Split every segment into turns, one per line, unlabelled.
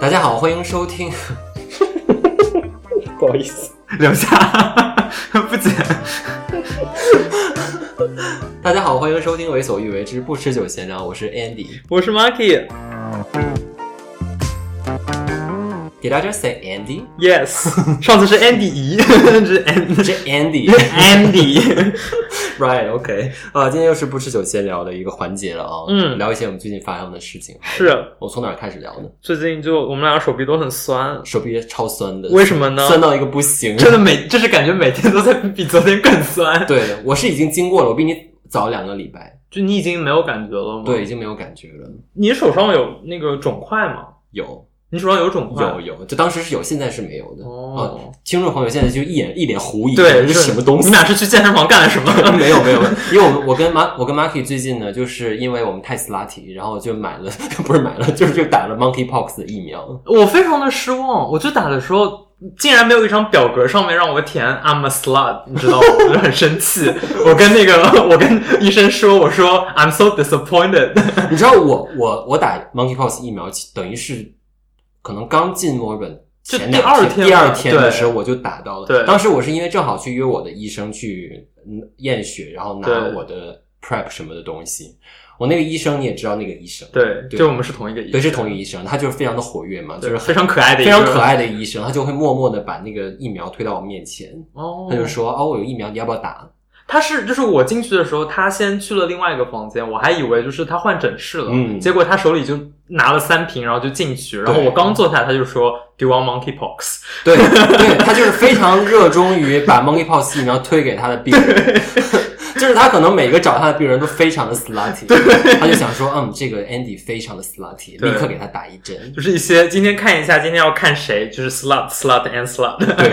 大家好，欢迎收听，
不好意 思，
留下不剪。大家好，欢迎收听《为所欲为之不吃酒闲聊》，我是 Andy。
我是 Marky。
Did I just say Andy？
Yes，上次是 Andy 姨，这是 Andy。
是 Andy。
Andy，
Right，OK，、啊，今天又是不吃酒闲聊的一个环节了啊，
嗯
聊一些我们最近发生的事情。
是
我从哪儿开始聊呢？
最近就我们俩手臂都很酸，
手臂超酸的，
为什么呢？
酸到一个不行。
真的每就是感觉每天都在比昨天更 酸，
对的，我是已经经过了，我比你早两个礼拜，
就你已经没有感觉了吗？
对，已，经没有感觉了。
你手上有那个肿块吗？
有
你手上有肿块？
有有，就当时是有，现在是没有的。
哦
啊，听众朋友现在就一眼一脸狐疑，
对，
这
就是
什么东
你
西
们？俩是去健身房干了什么？
没有没有，因为我们我跟马我跟 Marky 最近呢，就是因为我们太斯拉提，然后就买了 不是买了，就是就打了 Monkeypox 的疫苗。
我非常的失望，我就打的时候。竟然没有一张表格上面让我填 I'm a slut，你知道吗？我就很生气。 我跟那个， 我跟医生说，我说 I'm so disappointed。
你知道我我我打 Monkeypox 疫苗，等于是可能刚进墨尔本
就
前两
第二
天
天
第二
吧
天的
对
时候我就打到了。
对
当时我是因为正好去约我的医生去嗯验血，然后拿
对
我的 Prep 什么的东西。我那个医生你也知道，那个医生
对，
对
就我们是同一个医生，
对是同一个医生，他就是非常的活跃嘛，就
对，
是
非常可爱的，
非常可。爱的医生，他就会默默的把那个疫苗推到我面前，
哦，
他就说：“哦，我有疫苗，你要不要打
他是就是我进去的时候，他先去了另外一个房间，我还以为就是他换诊室了，
嗯
结果他手里就拿了三瓶，然后就进去，然后我刚坐下来，他就说 Do you want monkeypox？？”
对对，他就是非常热衷于把 monkeypox 疫苗推给他的病人， 就是他可能每个找他的病人都非常的 slutty，他就想说：“嗯，这个 Andy 非常的 slutty，
对
立刻给他打一针。
就是一些今天看一下，今天要看谁，就是 slut slut and ” slut。
对，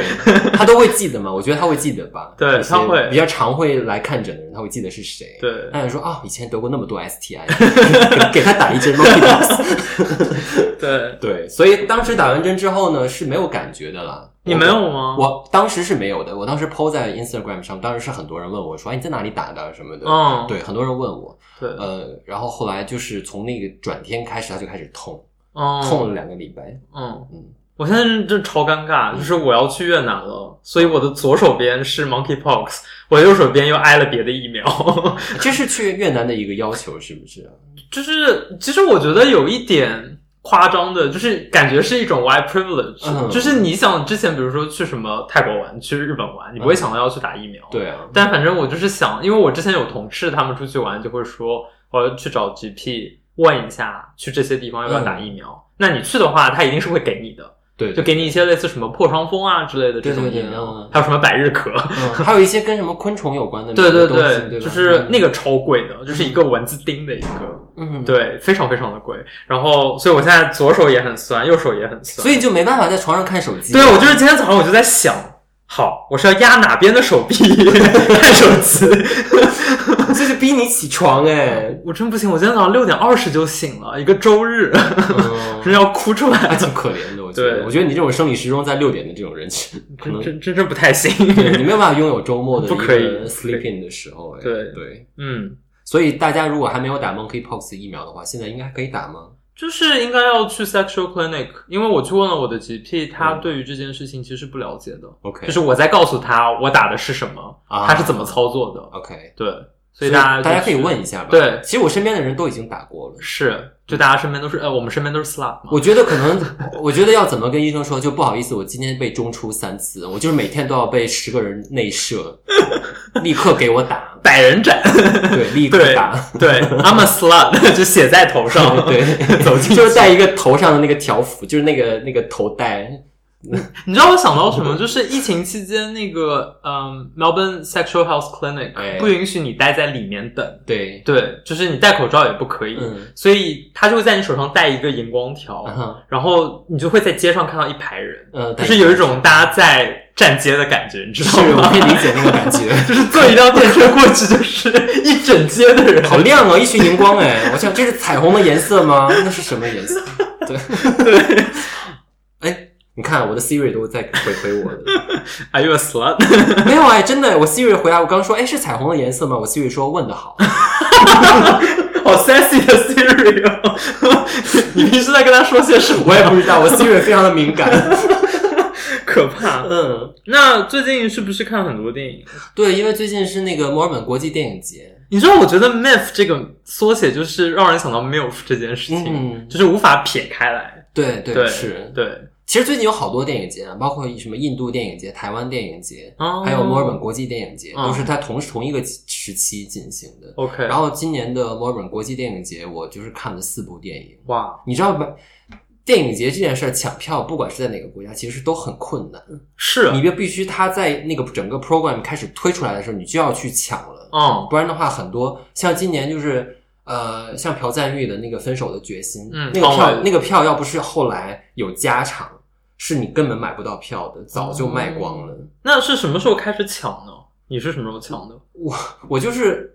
他都会记得嘛？我觉得他会记得吧。
对
一些
他会
比较常会来看诊的人，他会记得是谁。
对
他想说啊，以前得过那么多 STI，给给他打一针 monkeypox。
对，
对，所以当时打完针之后呢，是没有感觉的啦。
你
我
没有吗
我当时是没有的，我当时 PO 在 Instagram 上，当时是很多人问我说：“哎，你在哪里打的？”什么的。
嗯，
对，很多人问我。
对，
呃，然后后来就是从那个转天开始，他就开始痛，
嗯，
痛了两个礼拜。
嗯
嗯
嗯，我现在真的超尴尬，就是我要去越南了，所以我的左手边是 monkeypox，我右手边又挨了别的疫苗。
这是去越南的一个要求，是不是？
就是其实我觉得有一点夸张的，就是感觉是一种 white privilege，、
嗯
就是你想之前比如说去什么泰国玩、去日本玩，你不
嗯
会想到要去打疫苗。。
对啊，
但反正我就是想，因为我之前有同事他们出去玩就会说，我要去找 GP 问一下，去这些地方要不要
嗯
打疫苗。那你去的话，他一定是会给你的，
对，
就给你一些类似什么破伤风啊之类的这种
对对
疫
对
苗，
嗯
还有什么百日咳。
嗯，还有一些跟什么昆虫有关的
对对
东西，对吧，嗯
就是那
个，
个超贵的，就是一个蚊子叮的一个。
嗯，。
对，非常非常的贵。然后，所以我现在左手也很酸，右手也很酸。
所以就没办法在床上看手机。
对我就是今天早上我就在想，好，我是要压哪边的手臂 看手 机？
这就逼你起床哎，
我真不行，我今天早上六点二十就醒了，一个周日，
嗯
真要哭出
还
来
挺
了，
可怜的，我觉得。
对
我觉得你这种生理时钟在六点的这种人 群，可
真
能
真真真不太行。
对你没有办法拥有周末的一
不可以
个 sleeping 的时候。哎
对
对，
嗯，
所以大家如果还没有打 monkeypox 疫苗的话，现在应该可以打吗？
就是应该要去 sexual clinic，因为我去问了我的 GP，他
嗯
对于这件事情其实不了解的，
OK，
就是我在告诉他我打的是什么，
嗯啊
他是怎么操作的。
OK，
对，所
所
以大家
大家
就
可以
去
问一下吧。
对
其实我身边的人都已经打过了。
是，就大家身边都是，呃，我们身边都是 slut 嘛。
我觉得可能， 我觉得要怎么跟医生说？就不好意思，我今天被中出三次，我就是每天都要被十个人内 射，立刻给我打，
百人斩，
对，立刻
对
打。
对，I'm a slut，就 写在头 上。
对，
走进去
就是戴一个头上的那个条幅，就是那个那个头带。
你知道我想到什么？就是疫情期间那个，嗯，Melbourne Sexual Health
哎
Clinic 不允许你待在里面等，
对，
对，就是你戴口罩也不可以，
嗯，
所以他就会在你手上戴一个荧光条，
然后
然后你就会在街上看到一排人，
嗯呃，戴
哦就是有一种大家在站街的感觉，你知
是
道
我
吗
可以？理解那个感觉，
就是坐一辆电车过去，就是一整街的人，
好亮哦，一群荧光哎，我想这是彩虹的颜色吗？那是什么颜色？对，对，哎，你看我的 Siri 都在回回我的，
Are you a slut？
没有哎，真的，我 Siri 回答我刚说，哎，是彩虹的颜色吗？我 Siri 说问的好，
好 sassy 的 Siri 哦！ 你平时在跟他说些什么
我也
呀？
不知道，我 Siri 非常的敏感。
可怕。
嗯，
那最近是不是看很多电影？
对，因为最近是那个墨尔本国际电影节，
你知道，我觉得 MILF 这个缩写就是让人想到 MILF 这件事情，
嗯，
就是无法撇开来。
对对
对
是。
对，
其实最近有好多电影节啊，包括什么印度电影节、台湾电影节，
哦
还有墨尔本国际电影节，
嗯
都是它同同一个时期进行的。
OK，
然后今年的墨尔本国际电影节，我就是看了四部电影。
哇，
你知道吧？电影节这件事儿抢票，不管是在哪个国家，其实都很困难。
是，啊
你就必须它在那个整个 program 开始推出来的时候，你就要去抢了。
嗯
不然的话，很多像今年就是呃，像朴赞玉的那个《分手的决心》，
嗯
那个
当然
票那个票要不是后来有加场，是你根本买不到票的，早就卖光了。
那是什么时候开始抢呢？你是什么时候抢的
我就是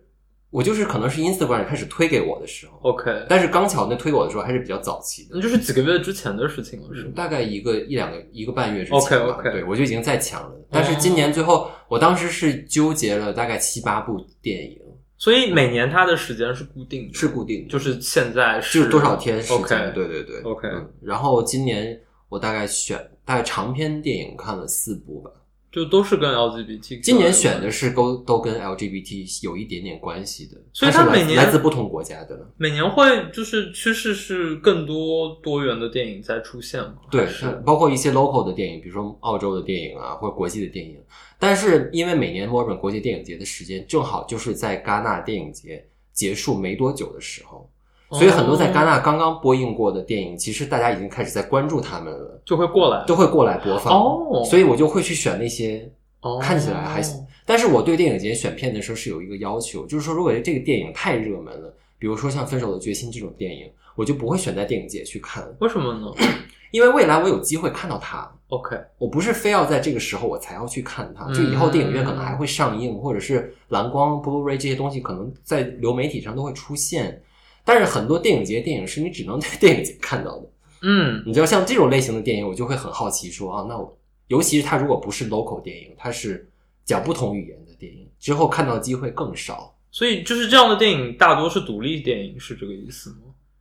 我就是可能是 Instagram 开始推给我的时候，
？OK，
但是刚巧那推给我的时候还是比较早期的
那。就是几个月之前的事情了，
嗯
是吗？
大概一个一两个一个半月之前吧
OK，OK 哦
对我就已经在抢了。但是今年最后，我当时是纠结了大概七八部电影，
所以每年它的时间是固定的，
是固定的，
就是现在是
就是多少天时间
OK
对对对
OK
嗯然后今年我大概选大概长篇电影看了四部吧，
就都是跟 LGBT。
今年选的，是都都跟 LGBT 有一点点关系的，
所以
它
它
是来
每年
来自不同国家的，
每年会就是趋势是更多多元的电影在出现吗？
对，
还是
包括一些 local 的电影，比如说澳洲的电影啊，或者国际的电影。但是因为每年墨尔本国际电影节的时间正好就是在戛纳电影节结束没多久的时候，所以很多在戛
哦
纳刚刚播映过的电影，其实大家已经开始在关注他们了，
就会过来，
都会过来播放。
哦
所以我就会去选那些。
哦
看起来还行但是我对电影节选片的时候是有一个要求，就是说如果这个电影太热门了，比如说像《分手的决心》这种电影，我就不会选在电影节去看，
为什么呢
因为未来我有机会看到它。
？OK，
我不是非要在这个时候我才要去看它，
嗯
就以后电影院可能还会上映，或者是蓝光、Blu-ray 这些东西可能在流媒体上都会出现。但是很多电影节电影是你只能在电影节看到的。
嗯，
你知道，像这种类型的电影，我就会很好奇说啊，那我尤其是它如果不是 local 电影，它是讲不同语言的电影，之后看到的机会更少。
所以就是这样的电影大多是独立电影，是这个意思吗？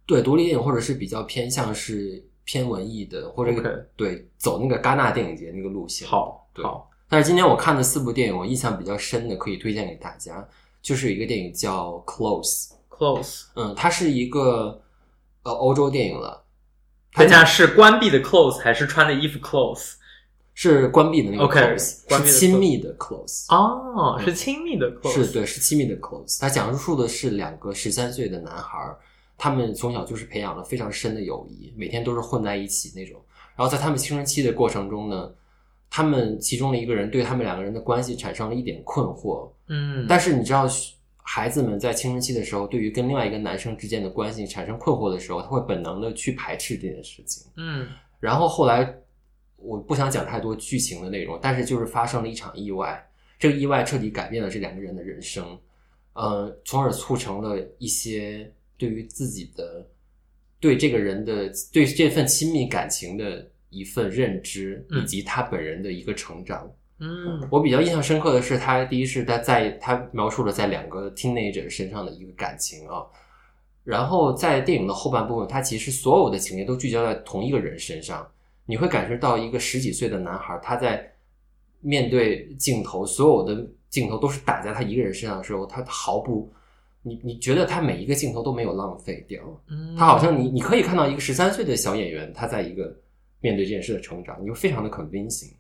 对，独立电影或者是比较偏向是偏文艺的，或者
OK
对走那个戛纳电影节那个路线。
好，
对
好，
但是今天我看的四部电影，我印象比较深的，可以推荐给大家，就是有一个电影叫《Close》，
close。
嗯，它是一个呃欧洲电影了，
等一下，是关闭的 close 还是穿的衣服 close？
是关闭的那个
OK，
Close，、
关闭的
是亲密的 Close，、
哦，是亲密的 close。
是对，是亲密的 Close。它讲述的是两个十三岁的男孩儿，他们从小就是培养了非常深的友谊，每天都是混在一起那种。然后在他们青春期的过程中呢，他们其中的一个人对他们两个人的关系产生了一点困惑，
嗯，
但是你知道，孩子们在青春期的时候，对于跟另外一个男生之间的关系产生困惑的时候，他会本能的去排斥这件事情。
嗯
然后后来，我不想讲太多剧情的内容，但是就是发生了一场意外，这个意外彻底改变了这两个人的人生，呃，从而促成了一些对于自己的、对这个人的、对这份亲密感情的一份认知，
嗯
以及他本人的一个成长。
嗯
我比较印象深刻的是，他第一是他在他描述了在两个 teenager 身上的一个感情啊，然后在电影的后半部分，他其实所有的情节都聚焦在同一个人身上，你会感受到一个十几岁的男孩，他在面对镜头，所有的镜头都是打在他一个人身上的时候，他毫不，你你觉得他每一个镜头都没有浪费掉，
嗯，
他好像你你可以看到一个十三岁的小演员，他在一个面对这件事的成长，你会非常的 convincing。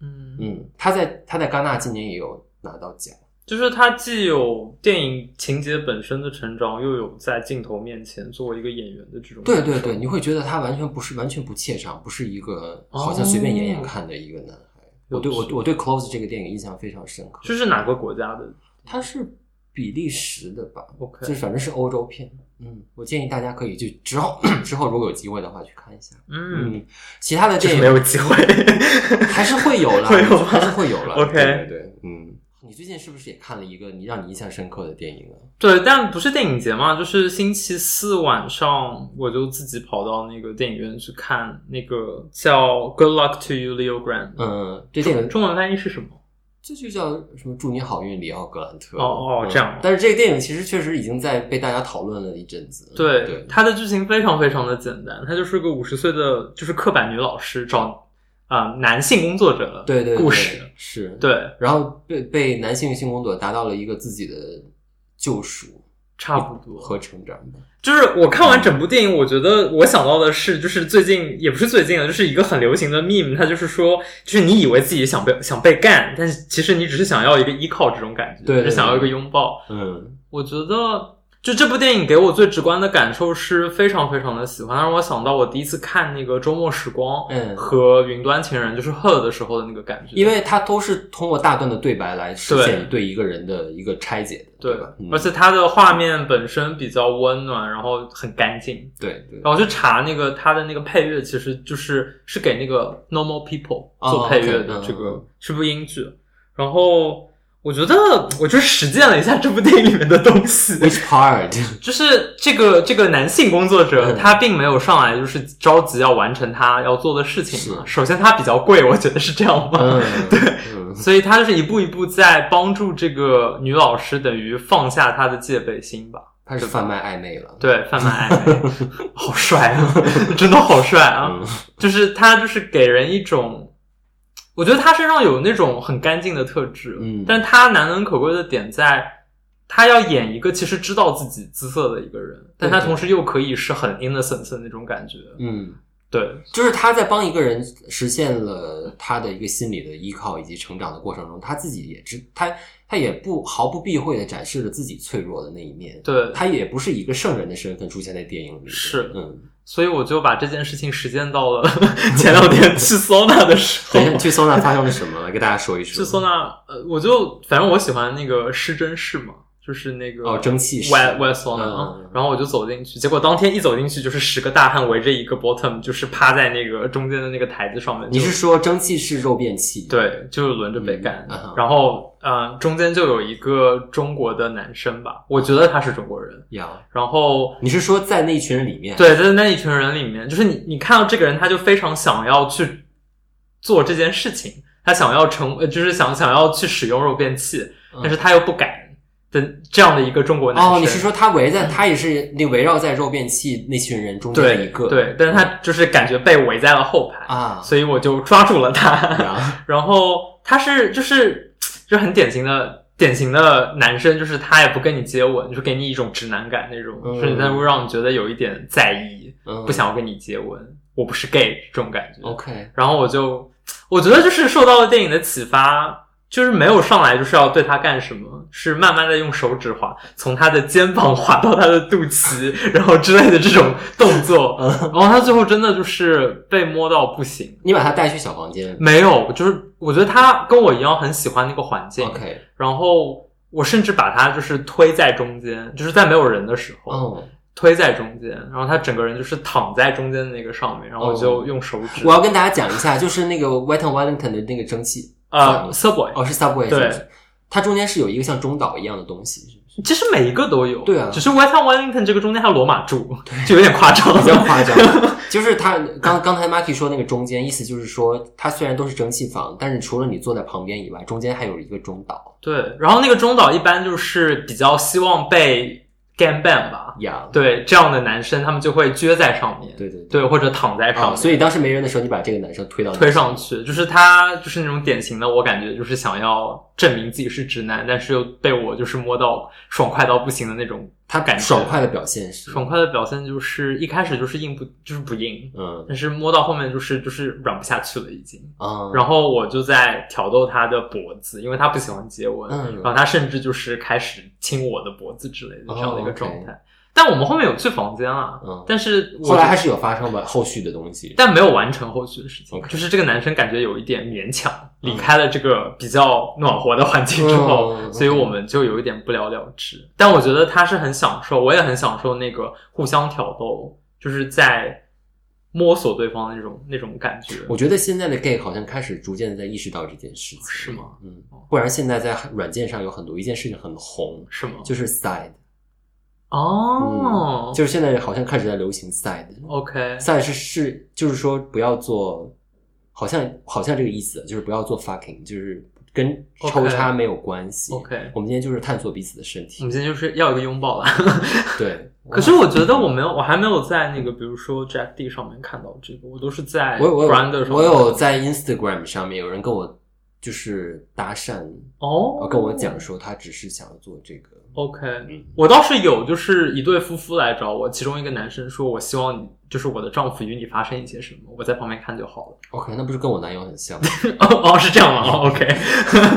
嗯嗯，
嗯，他在他在戛纳今年也有拿到奖，
就是他既有电影情节本身的成长，又有在镜头面前作为一个演员的这种
对
感
对
受
对，你会觉得他完全不是完全不怯场，不是一个好像随便演演看的一个男孩。我对我我对《Close》这个电影印象非常深刻，
这是哪个国家的
它是比利时的吧，
？OK，
就是反正是欧洲片。嗯，我建议大家可以去之后 之后如果有机会的话去看一下。
嗯，
嗯，其他的
就
电
是
影
没有机会。
还是会有啦，
会有吗
还是会有啦。
OK
对对对，嗯。你最近是不是也看了一个你让你印象深刻的电影啊？
对，但不是 电影节嘛，就是星期四晚上，我就自己跑到那个电影院去看那个叫《Good Luck to You, Leo Grant》。
嗯，这电影
中文翻译是什么？
这就叫什么“祝你好运，里奥格兰特”。
哦哦
嗯
这样
但是这个电影其实确实已经在被大家讨论了一阵子。
对
对，，
它的剧情非常非常的简单，它就是个五十岁的就是刻板女老师找啊、呃男性工作者的
对对对
故事。
是。
对，
然后被被男性性工作者达到了一个自己的救赎
差不多。
和成长吧。嗯
就是我看完整部电影，我觉得我想到的是，就是最近也不是最近了，就是一个很流行的 meme，它就是说，就是你以为自己想被想被干，但是其实你只是想要一个依靠这种感觉，
对对对
只是想要一个拥抱。
嗯
我觉得，就这部电影给我最直观的感受是非常非常的喜欢，它让我想到我第一次看那个《周末时光》
嗯，
和《云端情人》，就是《Her》的时候的那个感觉。
因为它都是通过大段的对白来实现
对
你对一个人的一个拆解的，
对
吧？，嗯
而且它的画面本身比较温暖，然后很干净。
对对
然后去查那个它的那个配乐，其实就是是给那个 Normal People
哦
做配乐的，
OK，嗯
这
嗯
个是部英剧。然后我觉得，我就实践了一下这部电影里面的东西，
，Which part？
就是这个这个男性工作者，
嗯
他并没有上来就是着急要完成他要做的事情嘛。
是
首先，他比较贵，我觉得是这样吧。
嗯，
对
嗯
所以他就是一步一步在帮助这个女老师，等于放下她的戒备心吧。
他是贩卖暧昧了。
对，贩卖 暧昧，好帅啊，真的好帅啊！
嗯
就是他就是给人一种，我觉得他身上有那种很干净的特质，
嗯
但他难能可贵的点在，他要演一个其实知道自己姿色的一个人，但他
对
同时又可以是很 innocent 的那种感觉，
嗯，
对
就是他在帮一个人实现了他的一个心理的依靠以及成长的过程中，他自己也知他他也不毫不避讳的展示了自己脆弱的那一面。
对，
他也不是以一个圣人的身份出现在电影里的，
是
嗯，
所以我就把这件事情实践到了 前两天去 sauna 的时候
等一下，你去搜那发生了什么？来 给大家说一
去
说。
sauna，呃，我就反正我喜欢那个失真室嘛。就是那个
哦蒸汽室
wet wet sauna，、
嗯嗯嗯
然后我就走进去，结果当天一走进去就是十个大汉围着一个 bottom，就是趴在那个中间的那个台子上面。
你
就是
说蒸汽是肉变器？，
对，就是轮着被干。
嗯嗯
然后呃，中间就有一个中国的男生吧，我觉得他是中国人。
呀，
然后
你是说在那一群人里面？，
对，在那一群人里面，就是你你看到这个人，他就非常想要去做这件事情，他想要成，呃就是想想要去使用肉便器，但是他又不敢的这样的一个中国男生。
嗯哦，你是说他围在，他也是那围绕在肉变器那群人中间的
对
一个，
对，但是他就是感觉被围在了后排，
啊，
所以我就抓住了他。
呀，
然后他是就是就很典型的典型的男生，就是他也不跟你接吻，就给你一种直男感那种，
嗯
甚至他会让你觉得有一点在意，
嗯
不想要跟你接吻，我不是 gay 这种感觉。
，OK，
然后我就我觉得就是受到了电影的启发。就是没有上来就是要对他干什么，是慢慢的用手指划，从他的肩膀划到他的肚脐，然后之类的这种动作，
嗯
然后他最后真的就是被摸到不行，
你把他带去小房间
没有，就是我觉得他跟我一样很喜欢那个环境
，OK，
然后我甚至把他就是推在中间，就是在没有人的时候、
嗯，
推在中间，然后他整个人就是躺在中间的那个上面，然后我就用手指、
哦我要跟大家讲一下，就是那个 Wet n Wellington 的那个蒸汽，
呃 subway，、
哦，是 Subway，
对
是不是，它中间是有一个像中岛一样的东西，是不是？
其实每一个都有，
对啊
只是 West Wellington 这个中间还有罗马柱，就有点夸张，
比较夸张，就是他刚刚才 Maki 说那个中间，意思就是说，它虽然都是蒸汽房，但是除了你坐在旁边以外，中间还有一个中岛
对，然后那个中岛一般就是比较希望被 gan ban 吧，
呀，
对这样的男生他们就会撅在上面，
对对对
对或者躺在上
啊，
面，
所以当时没人的时候，你把这个男生推到那
推上去，就是他就是那种典型的，我感觉就是想要证明自己是直男，但是又被我就是摸到爽快到不行的那种。
他
感觉
爽快的表现是
爽快的表现就是一开始就是硬不就是不硬，
嗯
但是摸到后面就是就是软不下去了已经。
啊，
然后我就在挑逗他的脖子，因为他不喜欢接吻，
嗯
然后他甚至就是开始亲我的脖子之类的这样的一个
哦，OK
状态。但我们后面有去房间啊，
嗯，
但是我
后来还
是
是有发生吧后续的东西，
但没有完成后续的事情。
OK
就是这个男生感觉有一点勉强，
嗯
离开了这个比较暖和的环境之后，
嗯
所以我们就有一点不了了之。但我觉得他是很享受，我也很享受那个互相挑逗，就是在摸索对方的那种那种感觉。
我觉得现在的 gay 好像开始逐渐地在意识到这件事情，
是吗？
嗯
哦，
不然现在在软件上有很多一件事情很红，
是吗？
就是嗯 side，
哦，
就是现在好像开始在流行 side。
OK，
side 是是就是说不要做，好像好像这个意思，就是不要做 fucking，就是跟
OK
抽插没有关系。
OK
我们今天就是探索彼此的身
我
体
们。今天就是要一个拥 抱啦。
对，
可是我觉得我没有，我还没有在那个比如说 Jack D 上面看到这个，我都是在
我有我
Grinder
有
上
我
面
有在 Instagram 上面有人跟我就是搭讪，
哦
跟我讲说他只是想要做这个。
OK，
嗯
我倒是有，就是一对夫妇来找我，其中一个男生说：“我希望你，就是我的丈夫与你发生一些什么，我在旁边看就好了。
OK，那不是跟我男友很像？
哦”哦，是这样吗？哦，OK，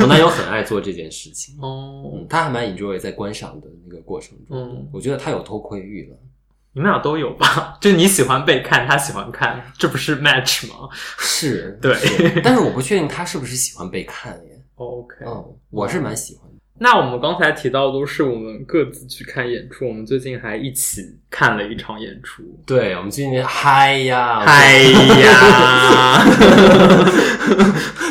我男友很爱做这件事情，
哦
嗯，，他还蛮 enjoy 在观赏的那个过程中。
嗯
我觉得他有偷窥欲了。
你们俩都有吧？就你喜欢被看，他喜欢看，这不是 match 吗
是，
对
是但是我不确定他是不是喜欢被看耶。
哦？OK，、
嗯，我是蛮喜欢的。
那我们刚才提到都是我们各自去看演出，我们最近还一起看了一场演出。
对我们今年嗨呀，
嗨呀！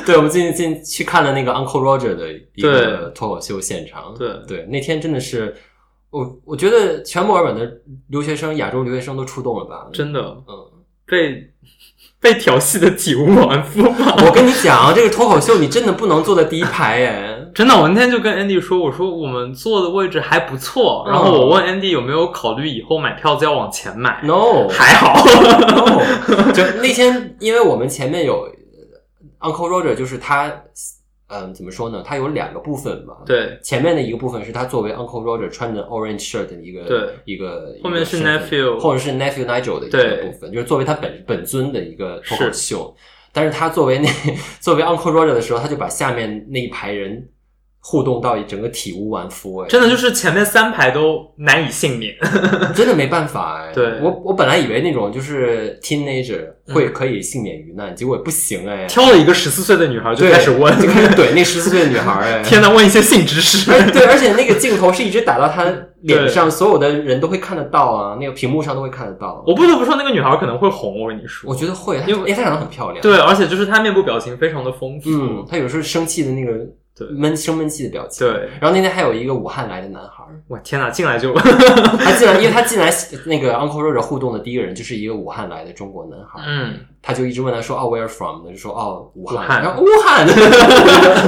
对，我们最近进去看了那个 Uncle Roger 的一个脱口秀现场。
对
对，那天真的是我，我觉得全墨尔本的留学生、亚洲留学生都触动了吧？
真的
嗯，
被被调戏的体无完肤吗？
我跟你讲，这个脱口秀你真的不能坐在第一排耶。
真的，我那天就跟 Andy 说，我说我们坐的位置还不错，
嗯
然后我问 Andy 有没有考虑以后买票子要往前买
No，
还好，
no，就 那天，因为我们前面有呃 Uncle Roger，就是他，嗯、怎么说呢？他有两个部分嘛。。
对，
前面的一个部分是他作为 Uncle Roger 穿着 orange shirt 的一个
对
一个，
后面是
一个身份
nephew
或者是 nephew Nigel 的一
对
个部分，就是作为他本本尊的一个脱口
是
秀。但是他作为那 作为 Uncle Roger 的时候，他就把下面那一排人互动到整个体无完肤，哎，
真的就是前面三排都难以 幸免。
真的没办法哎。
对嗯
我我本来以为那种就是 teenager 会可以幸免于难，结果不行哎，
挑了一个十四岁的女孩就
对
开始问，
就开始怼那十四岁的女孩哎。
天呐，问一些性知识。
而对，而且那个镜头是一直打到她脸上，所有的人都会看得到啊，那个屏幕上都会看得到。
我不得不说，那个女孩可能会红，我跟你说
我。觉得会，她
因为
因为她长得很漂亮。，
对，而且就是她面部表情非常的丰富。
嗯，她有时候生气的那个
对
闷生闷气的表情。
对，
然后那天还有一个武汉来的男孩儿，
我天呐，进来就
他进来，因为他进来那个 Uncle Roger 互动的第一个人就是一个武汉来的中国男孩儿，
嗯，
他就一直问他说哦 Where from？呢就说哦武汉，
武汉
然后武汉，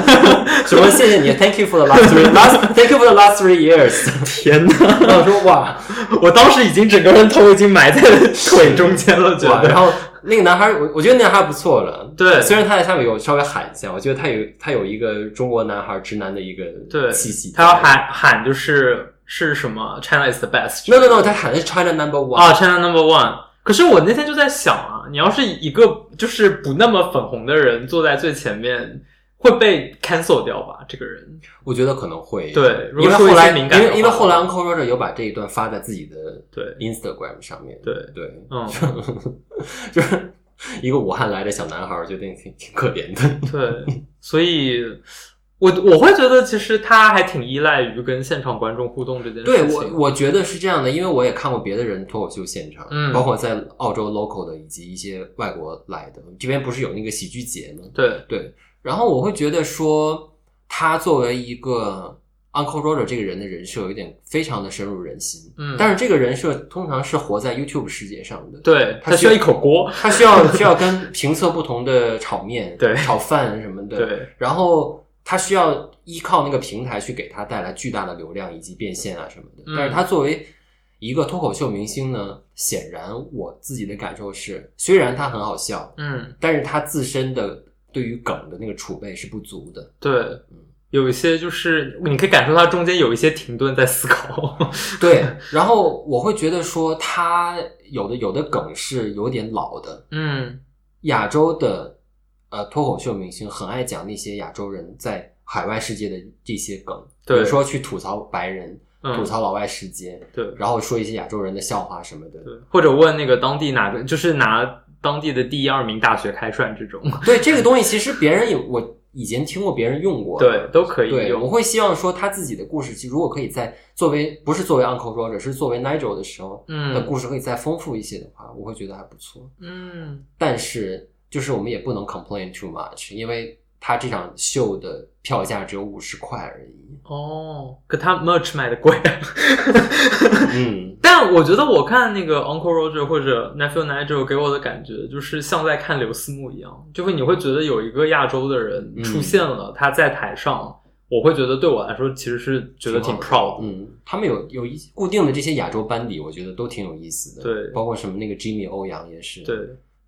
什么谢谢你，Thank you for the last three last Thank you for the last three years。
天呐，
然后我说哇，
我当时已经整个人头已经埋在腿中间了，觉
哇，
得
然后那个男孩儿，我我觉得那男孩儿不错了。
对
虽然他在下面有稍微喊一下，我觉得他有他有一个中国男孩儿直男的一个
对
气息。
他要。喊喊就是是什么 China is the best
No no no，他喊的是 China number one。
啊 China number one。可是我那天就在想啊，你要是一个就是不那么粉红的人坐在最前面，会被 cancel 掉吧？这个人
我觉得可能会。
对如
因为
果说一
后
些
来，
敏
因
感的话
为因为后来 Uncle Roger 有把这一段发在自己的
对
Instagram 上面。
对，
对，
嗯，
就是一个武汉来的小男孩儿，我觉得挺挺可怜的。
对，所以我我会觉得其实他还挺依赖于跟现场观众互动这 件
对
事情。
我，我觉得是这样的，因为我也看过别的人脱口秀现场，
嗯
包括在澳洲 local 的以及一些外国来的，这边不是有那个喜剧节吗？
对
对，然后我会觉得说，他作为一个 Uncle Roger 这个人的人设，有一点非常的深入人心。
嗯
但是这个人设通常是活在 YouTube 世界上的，
对，
他
他需要
需
一口锅。
他需要需要跟评测不同的炒面、
对
炒饭什么的，，
对
然后。他需要依靠那个平台去给他带来巨大的流量以及变现啊什么的，
嗯
但是他作为一个脱口秀明星呢，显然我自己的感受是，虽然他很好笑，
嗯，
但是他自身的对于梗的那个储备是不足 的。
对。有一些就是你可以感受他中间有一些停顿在思考，
对，然后我会觉得说他有的有的梗是有点老的，
嗯，
亚洲的呃脱口秀明星很爱讲那些亚洲人在海外世界的这些梗，
对
比如说去吐槽白人、
嗯
吐槽老外世界，
对
然后说一些亚洲人的笑话什么的。
对，或者问那个当地哪个，就是拿当地的第一二名大学开涮这种，
对这个东西，其实别人也我以前听过别人用过，
对，都可以
对，我
用。
会希望说他自己的故事，其实如果可以在作为不是作为 Uncle Roger，是作为 Nigel 的时候的
嗯
故事可以再丰富一些的话，我会觉得还不错。
嗯，
但是就是我们也不能 complain too much，因为他这场秀的票价只有五十块而已。
哦，可他 merch 卖的贵。啊
嗯，
但我觉得我看那个 Uncle Roger 或者 Nephew Nigel 给我的感觉就是像在看刘思慕一样，就会你会觉得有一个亚洲的人
嗯
出现了，他在台上，我会觉得对我来说其实是觉得挺
挺
proud 的。
嗯，他们有有一固定的这些亚洲班底，我觉得都挺有意思的。
对
包括什么那个 Jimmy 欧阳也是，
对，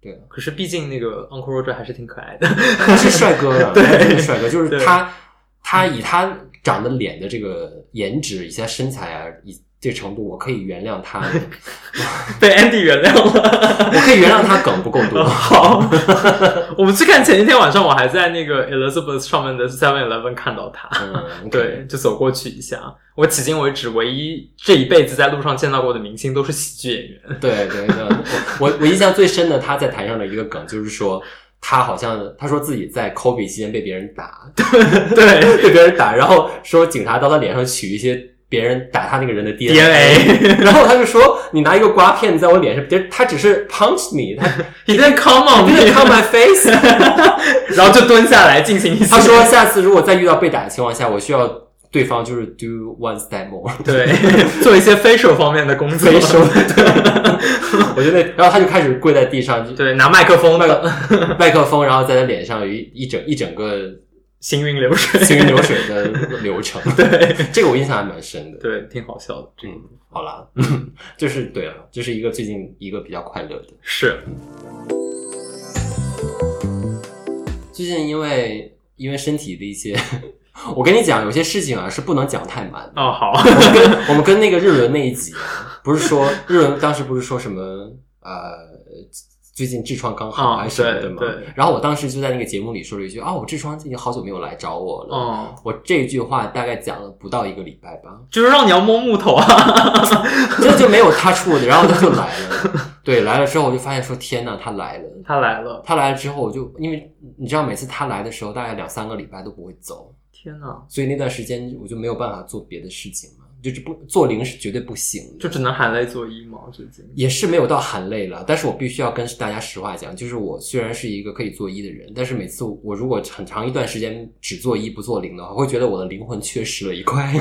对啊，
可是毕竟那个 Uncle Roger 还是挺可爱的。
他是帅哥呀，
对
他真的是帅哥，就是
对
他，他以他长得脸的这个颜值，以及他身材啊，以这程度，我可以原谅他，我
被 Andy 原谅了。
可以原谅他梗不够 多。
好，我们去看前一天晚上，我还在那个 Elizabeth 上面的 Seven Eleven 看到他。
嗯，
对，，就走过去一下。啊我迄今为止唯一这一辈子在路上见到过的明星都是喜剧演 员。
对对对，我我我印象最深的他在台上的一个梗就是说。他好像他说自己在 Kobe 期间被别人打，
对
哎被别人打，然后说警察到他脸上取一些别人打他那个人的
，DNA。
然后他就说你拿一个刮片在我脸上，就是他只是 punch me，他
He didn't come on
didn't
me，
cut my face，
然后就蹲下来进行一 些。
他说：“下次如果再遇到被打的情况下，我需要对方就是 do one step more。
对， 做一些 facial 方面的工作。
非手” 我觉得 那，然后他就开始跪在地上，就
对，拿麦克风
麦
的
克 麦克风，然后在他脸上有一一整一整个
行云流水，
行云流。水的流 程。
对
这个我印象还蛮深的。
对，挺好笑的。这个
嗯，好啦， 就是对了，这、是一个最近一个比较快乐的。
是，
最近因为因为身体的一些， 我跟你讲，有些事情啊是不能讲太满的。
哦， 好，
我们跟我 们跟那个日轮那一集啊，不是说日轮当时不是说什么呃，最近痔疮刚好
啊
还是什么的
对
吗？
对
然后我当时就在那个节目里说了一句啊，我痔疮已经好久没有来找我了。
哦，
我这句话大概讲了不到一个礼拜吧，
就是让你要摸木头 啊。
这就没有他出的，然后他就来了。 对，来了之后我就发现说天呐，他来了。
他来了，
他来了之后，我就因为你知道，每次他来的时候，大概两三个礼拜都不会走，
天哪，
所以那段时间我就没有办法做别的事情嘛，就是不做零是绝对不行的。
就只能含泪做衣吗？最近
也是没有到含泪了，但是我必须要跟大家实话讲，就是我虽然是一个可以做一的人，但是每次我如果很长一段时间只做一不做零的话，我会觉得我的灵魂缺失了一块，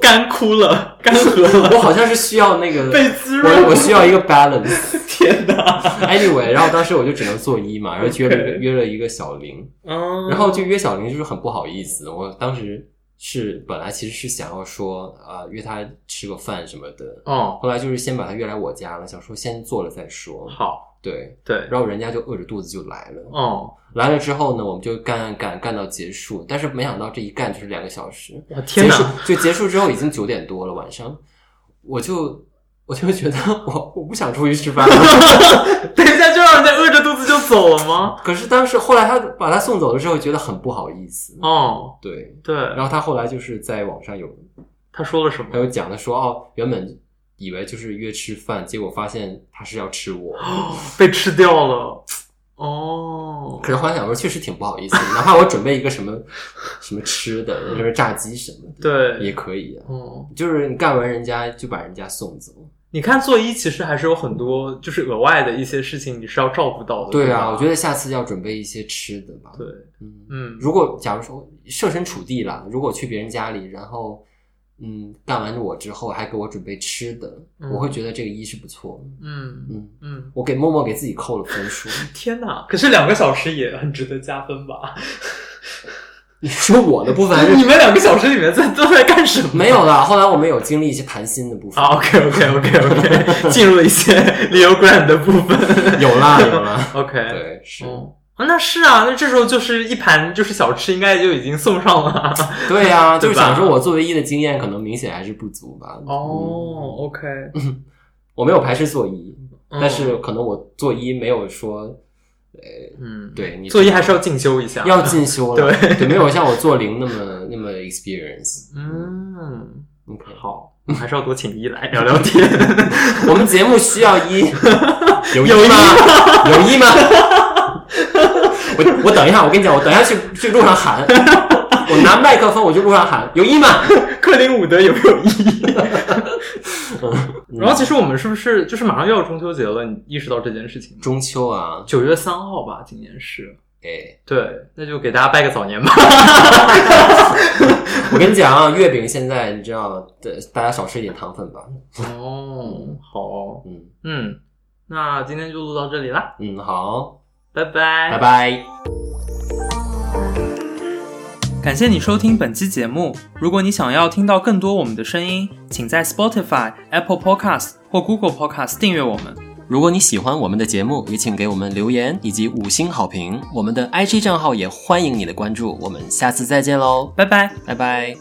干枯了，干涸了。
我好像是需要那个，
被滋润
我我需要一个 balance。
天哪！
Anyway，然后当时我就只能做一嘛，然后约了
Okay
约了一个小零，
嗯，
然后就约小玲就是很不好意思，我当时是本来其实是想要说啊、呃约她吃个饭什么的，
哦，
后来就是先把她约来我家了，想说先做了再说，
好，
对。
对，
然后人家就饿着肚子就来了，
哦，
来了之后呢，我们就干干干到结束，但是没想到这一干就是两个小时，
我天
结束
哪！
就结束之后已经九点多了，晚上我就我就觉得我我不想出去吃饭了。
等一下就让人家饿着肚子就走了吗？
可是当时后来他把他送走了之后，觉得很不好意思，
哦，
对。
对，
然后他后来就是在网上有
他说了什
还
么？
有讲的说哦，原本以为就是约吃饭，结果发现他是要吃 我。
哦，被吃掉了。哦
可，是后来想说，确实挺不好意思的，哪怕我准备一个什么什么吃的，就是炸鸡什么的，也
对，
可以啊，
哦，
就是你干完人家就把人家送走。
你看做医其实还是有很多就是额外的一些事情你是要照顾到的。
对
吧
啊，我觉得下次要准备一些吃的吧。
对，
嗯，
嗯，
如果假如说设身处地啦，如果去别人家里，然后嗯干完我之后还给我准备吃的，
嗯
我会觉得这个一是不错。
嗯
嗯，
嗯，
我给默默给自己扣了分 数。
天哪！可是两个小时也很值得加分吧？
你说我的部分还是
你们两个小时里面在都在干什么？
没有啦，后来我们有经历一些谈心的部分。
啊，OK，OK，OK，OK，进入了一些 Leo Grant 的部 分。
有 啦，有啦。
OK，
对，是，
哦，那是啊，那这时候就是一盘就是小吃，应该就已经送上了。
对呀、
对
就
吧
是想说我作为一的经验可能明显还是不足吧。嗯，
哦，OK，
我没有排斥做一，
嗯
但是可能我做一没有说
嗯，
对你
作业还是要进修一下。
要进修了，
对
没有像我做零那么那么 experience。
嗯，
OK，
好，还是要多请一来聊聊天。
我们节目需要一，有
有一
一吗？有一吗？我我等一下，我跟你讲，我等一下去去路上 喊，我拿麦克风我就路上喊，有一吗？
克林伍德有没有意义？ 然后
嗯
其实我们是不是就是马上又要中秋节了？你意识到这件事情吗？
中秋啊，
九月三号吧，今年是。
哎，
对，那就给大家拜个早年吧。
我跟你讲啊，月饼现在你知道，对，大家少吃一点糖分吧。
哦，好哦
嗯
嗯，那今天就录到这里啦，
嗯，好，
拜拜，
拜。拜。
感谢你收听本期节目。如果你想要听到更多我们的声音，请在 Spotify、Apple Podcast 或 Google Podcast 订阅我们。
如果你喜欢我们的节目，也请给我们留言以及五星好评。我们的 IG 账号也欢迎你的关注。我们下次再见喽，
拜拜。
拜拜。